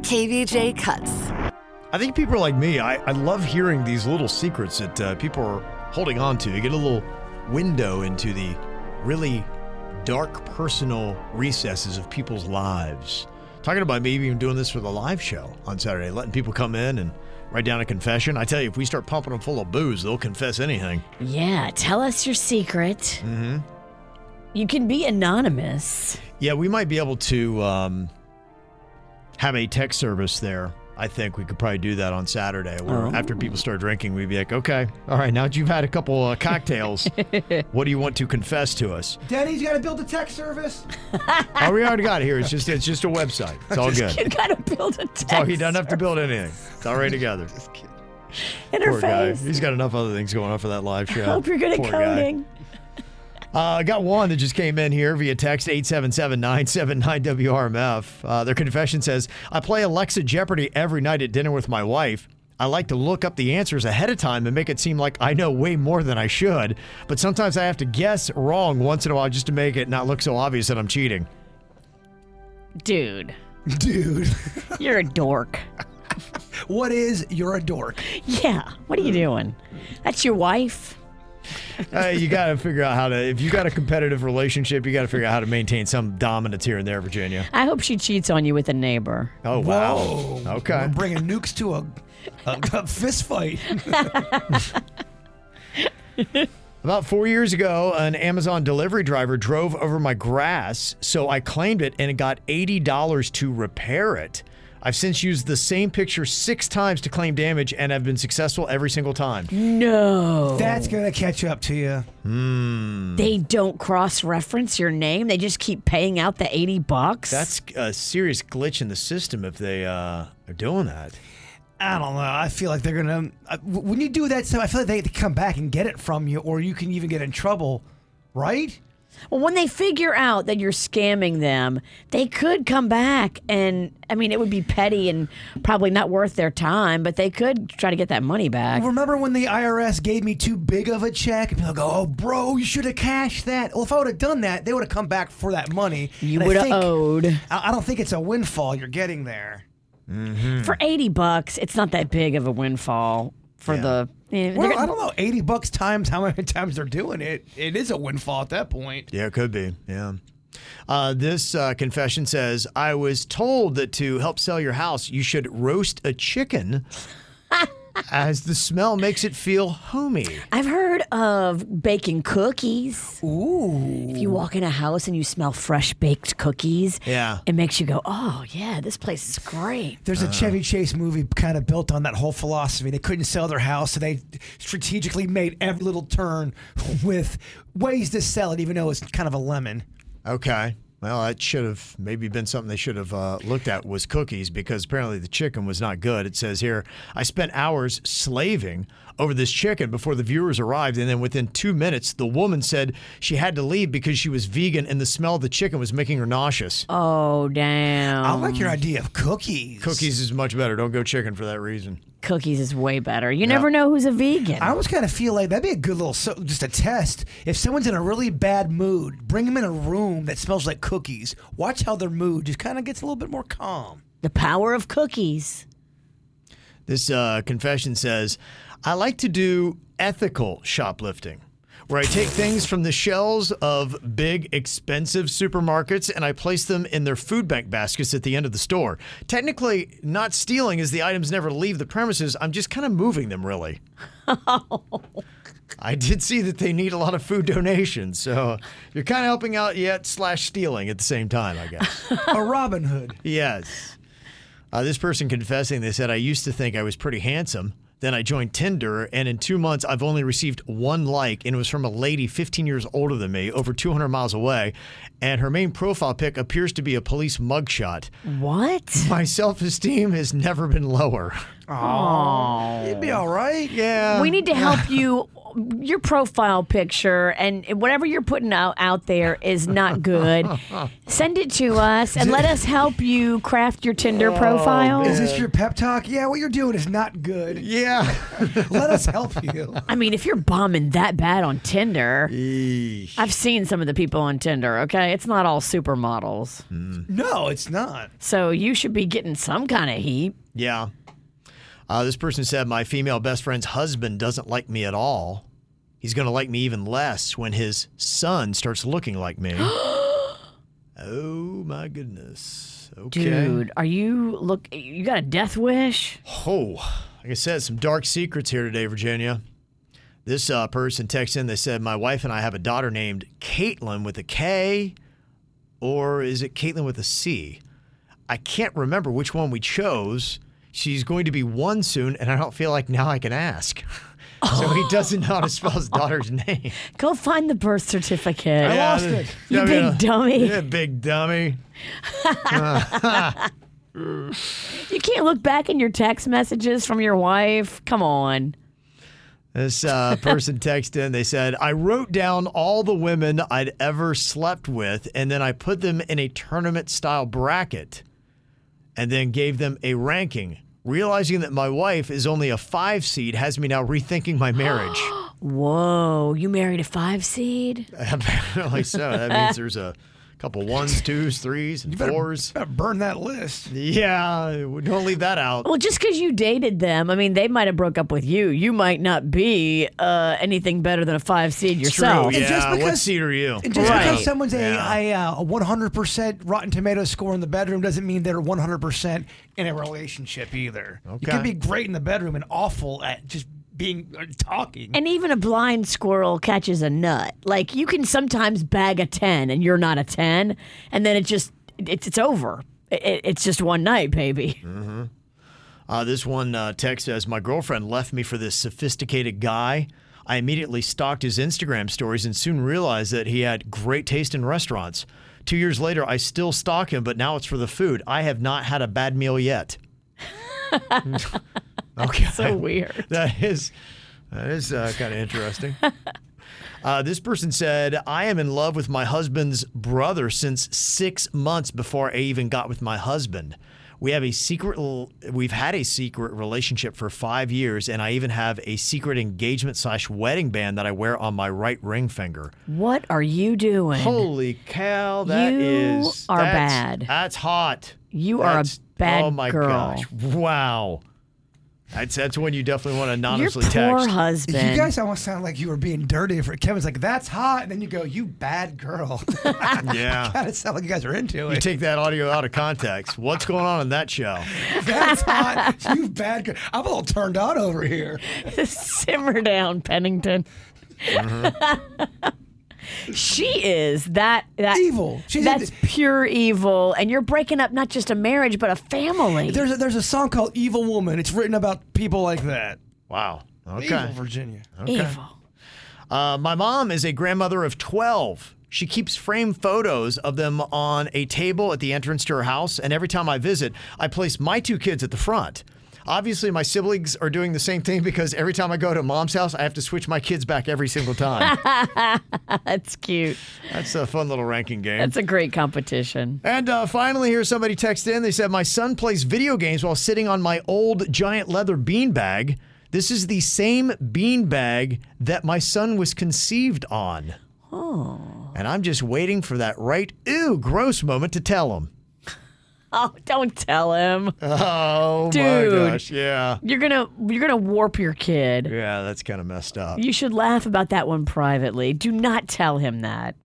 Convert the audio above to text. KVJ Cuts. I think people like me, I, I love hearing these little secrets that uh, people are holding on to. You get a little window into the really dark personal recesses of people's lives. Talking about maybe even doing this for the live show on Saturday, letting people come in and write down a confession. I tell you, if we start pumping them full of booze, they'll confess anything. Yeah, tell us your secret. Mm-hmm. You can be anonymous. Yeah, we might be able to um, have a tech service there. I think we could probably do that on Saturday. Where Oh. after people start drinking, we'd be like, "Okay, all right, now that you've had a couple uh, cocktails, what do you want to confess to us?" Denny's got to build a tech service. All we already got here is just it's just a website. It's all You good. gotta build a text So Oh, he doesn't have to build anything. It's all right together. Poor guy. interface. He's got enough other things going on for that live show. Hope you're good Poor at guy. coding. Uh, I got one that just came in here via text 877-979-WRMF. Uh, their confession says, I play Alexa Jeopardy every night at dinner with my wife. I like to look up the answers ahead of time and make it seem like I know way more than I should, but sometimes I have to guess wrong once in a while just to make it not look so obvious that I'm cheating. Dude, Dude, you're a dork. what is you're a dork? Yeah, what are you doing? That's your wife. Hey, you got to figure out how to, if you got a competitive relationship, you got to figure out how to maintain some dominance here and there, Virginia. I hope she cheats on you with a neighbor. Oh, wow. Whoa. Okay. We're bringing nukes to a, a, a fist fight. About four years ago, an Amazon delivery driver drove over my grass, so I claimed it and it got $80 to repair it. I've since used the same picture six times to claim damage, and I've been successful every single time. No. Oh. That's gonna catch up to you. They don't cross reference your name. They just keep paying out the 80 bucks. That's a serious glitch in the system if they uh, are doing that. I don't know. I feel like they're gonna. I- w- when you do that stuff, I feel like they, they come back and get it from you, or you can even get in trouble, right? Well, when they figure out that you're scamming them, they could come back and I mean it would be petty and probably not worth their time, but they could try to get that money back. Remember when the IRS gave me too big of a check? People go, "Oh, bro, you should have cashed that." Well, if I would have done that, they would have come back for that money. You And I would have think- owed I, I don't think it's a windfall you're getting there. for 80 bucks. It's not that big of a windfall for the eh, they're Well, gonna- I don't know. Eighty bucks times how many times they're doing it. It is a windfall at that point. Yeah, it could be. Yeah. Uh, this uh, confession says I was told that to help sell your house, you should roast a chicken, as the smell makes it feel homey. I've heard of baking cookies. Ooh. If you walk in a house and you smell fresh baked cookies, Yeah. it makes you go, "Oh, yeah, this place is great." There's a Uh. Chevy Chase movie kind of built on that whole philosophy. They couldn't sell their house, so they strategically made every little turn with ways to sell it, even though it's kind of a lemon. Okay. Well, that should have maybe been something they should have uh, looked at was cookies because apparently the chicken was not good. It says here, I spent hours slaving over this chicken before the viewers arrived. And then within two minutes, the woman said she had to leave because she was vegan and the smell of the chicken was making her nauseous. Oh, damn. I like your Um, idea of cookies. Cookies is much better. Don't go chicken for that reason. cookies is way better. You never know who's a vegan. I always kind of feel like that'd be a good little so, just a test. If someone's in a really bad mood, bring them in a room that smells like cookies. Watch how their mood just kind of gets a little bit more calm. the power of cookies. This uh, confession says, I like to do ethical shoplifting, where I take things from the shelves of big, expensive supermarkets and I place them in their food bank baskets at the end of the store. Technically, not stealing as the items never leave the premises. I'm just kind of moving them, really. I did see that they need a lot of food donations, so you're kind of helping out yet slash stealing at the same time, I guess. a Robin Hood. Yes. Uh, this person confessing, they said, I used to think I was pretty handsome. Then I joined Tinder, and in two months, I've only received one like, and it was from a lady 15 years older than me, over 200 miles away. And her main profile pic appears to be a police mugshot. What? My self esteem has never been lower. It'd be all right. Yeah. We need to help you your profile picture and whatever you're putting out, out there is not good, send it to us and let us help you craft your Tinder profile. Is this your pep talk? Yeah, what you're doing is not good. Yeah. Let us help you. I mean, if you're bombing that bad on Tinder, I've seen some of the people on Tinder, okay? It's not all supermodels. No, it's not. So you should be getting some kind of heat. yeah. Uh, this person said, My female best friend's husband doesn't like me at all. He's going to like me even less when his son starts looking like me. oh, my goodness. Okay. Dude, are you look you got a death wish? Oh, like I said, some dark secrets here today, Virginia. This uh, person texts in. They said, "My wife and I have a daughter named Caitlin with a K, or is it Caitlin with a C? I can't remember which one we chose. She's going to be one soon, and I don't feel like now I can ask. so he doesn't know how to spell his daughter's name. Go find the birth certificate. I lost th- it. You big dummy. uh, Yeah, big dummy. You can't look back in your text messages from your wife. Come on. This uh, person texted in. They said, I wrote down all the women I'd ever slept with, and then I put them in a tournament style bracket and then gave them a ranking. Realizing that my wife is only a five seed has me now rethinking my marriage. Whoa, you married a five seed? Apparently so. That means there's a couple ones, twos, threes, and fours. Better burn that list. Yeah, don't leave that out. Well, just because you dated them, I mean, they might have broke up with you. You might not be uh, anything better than a five seed yourself. True, yeah. And just what because- seed are you? And just Right. because someone's Yeah. a, a, uh, a 100% Rotten Tomatoes score in the bedroom doesn't mean they're 100% in a relationship either. You Okay. can be great in the bedroom and awful at just being uh, talking. And even a blind squirrel catches a nut. Like you can sometimes bag a ten, and you're not a ten, and then it just it's it's over. It- it- it's just one night, baby. Uh, this one uh, text says, My girlfriend left me for this sophisticated guy. I immediately stalked his Instagram stories and soon realized that he had great taste in restaurants. Two years later, I still stalk him, but now it's for the food. I have not had a bad meal yet. okay. So weird. That is, that is uh, kind of interesting. Uh, this person said, I am in love with my husband's brother since six months before I even got with my husband. We have a secret, we've had a secret relationship for five years, and I even have a secret engagement slash wedding band that I wear on my right ring finger. What are you doing? Holy cow, that That You is is- are that's- bad. That's hot. You are a bad Oh my girl. gosh. Wow. That's, that's when you definitely want to Your anonymously poor text. you husband. guys almost sound like you were being dirty for Kevin's like, that's hot. And then you go, you bad girl. Yeah. kind of sound like you guys are into You it. take that audio out of context. What's going on in that show? That's hot. You bad girl. I'm a little turned on over here. Simmer down, Pennington. she is that that Evil. She's- that's pure evil, and you're breaking up not just a marriage but a family. There's a, there's a song called Evil Woman. It's written about people like that. Wow. Okay. Evil Virginia. Evil. Uh, my mom is a grandmother of 12. She keeps framed photos of them on a table at the entrance to her house. And every time I visit, I place my two kids at the front. Obviously, my siblings are doing the same thing because every time I go to mom's house, I have to switch my kids back every single time. That's cute. That's a fun little ranking game. That's a great competition. And uh, finally, here's somebody text in. They said, My son plays video games while sitting on my old giant leather beanbag. This is the same beanbag that my son was conceived on. Oh. And I'm just waiting for that right, ew, gross moment to tell him. Oh, don't tell him. Oh, Dude. my gosh. Yeah. You're gonna you're gonna warp your kid. Yeah, that's kind of messed up. You should laugh about that one privately. Do not tell him that.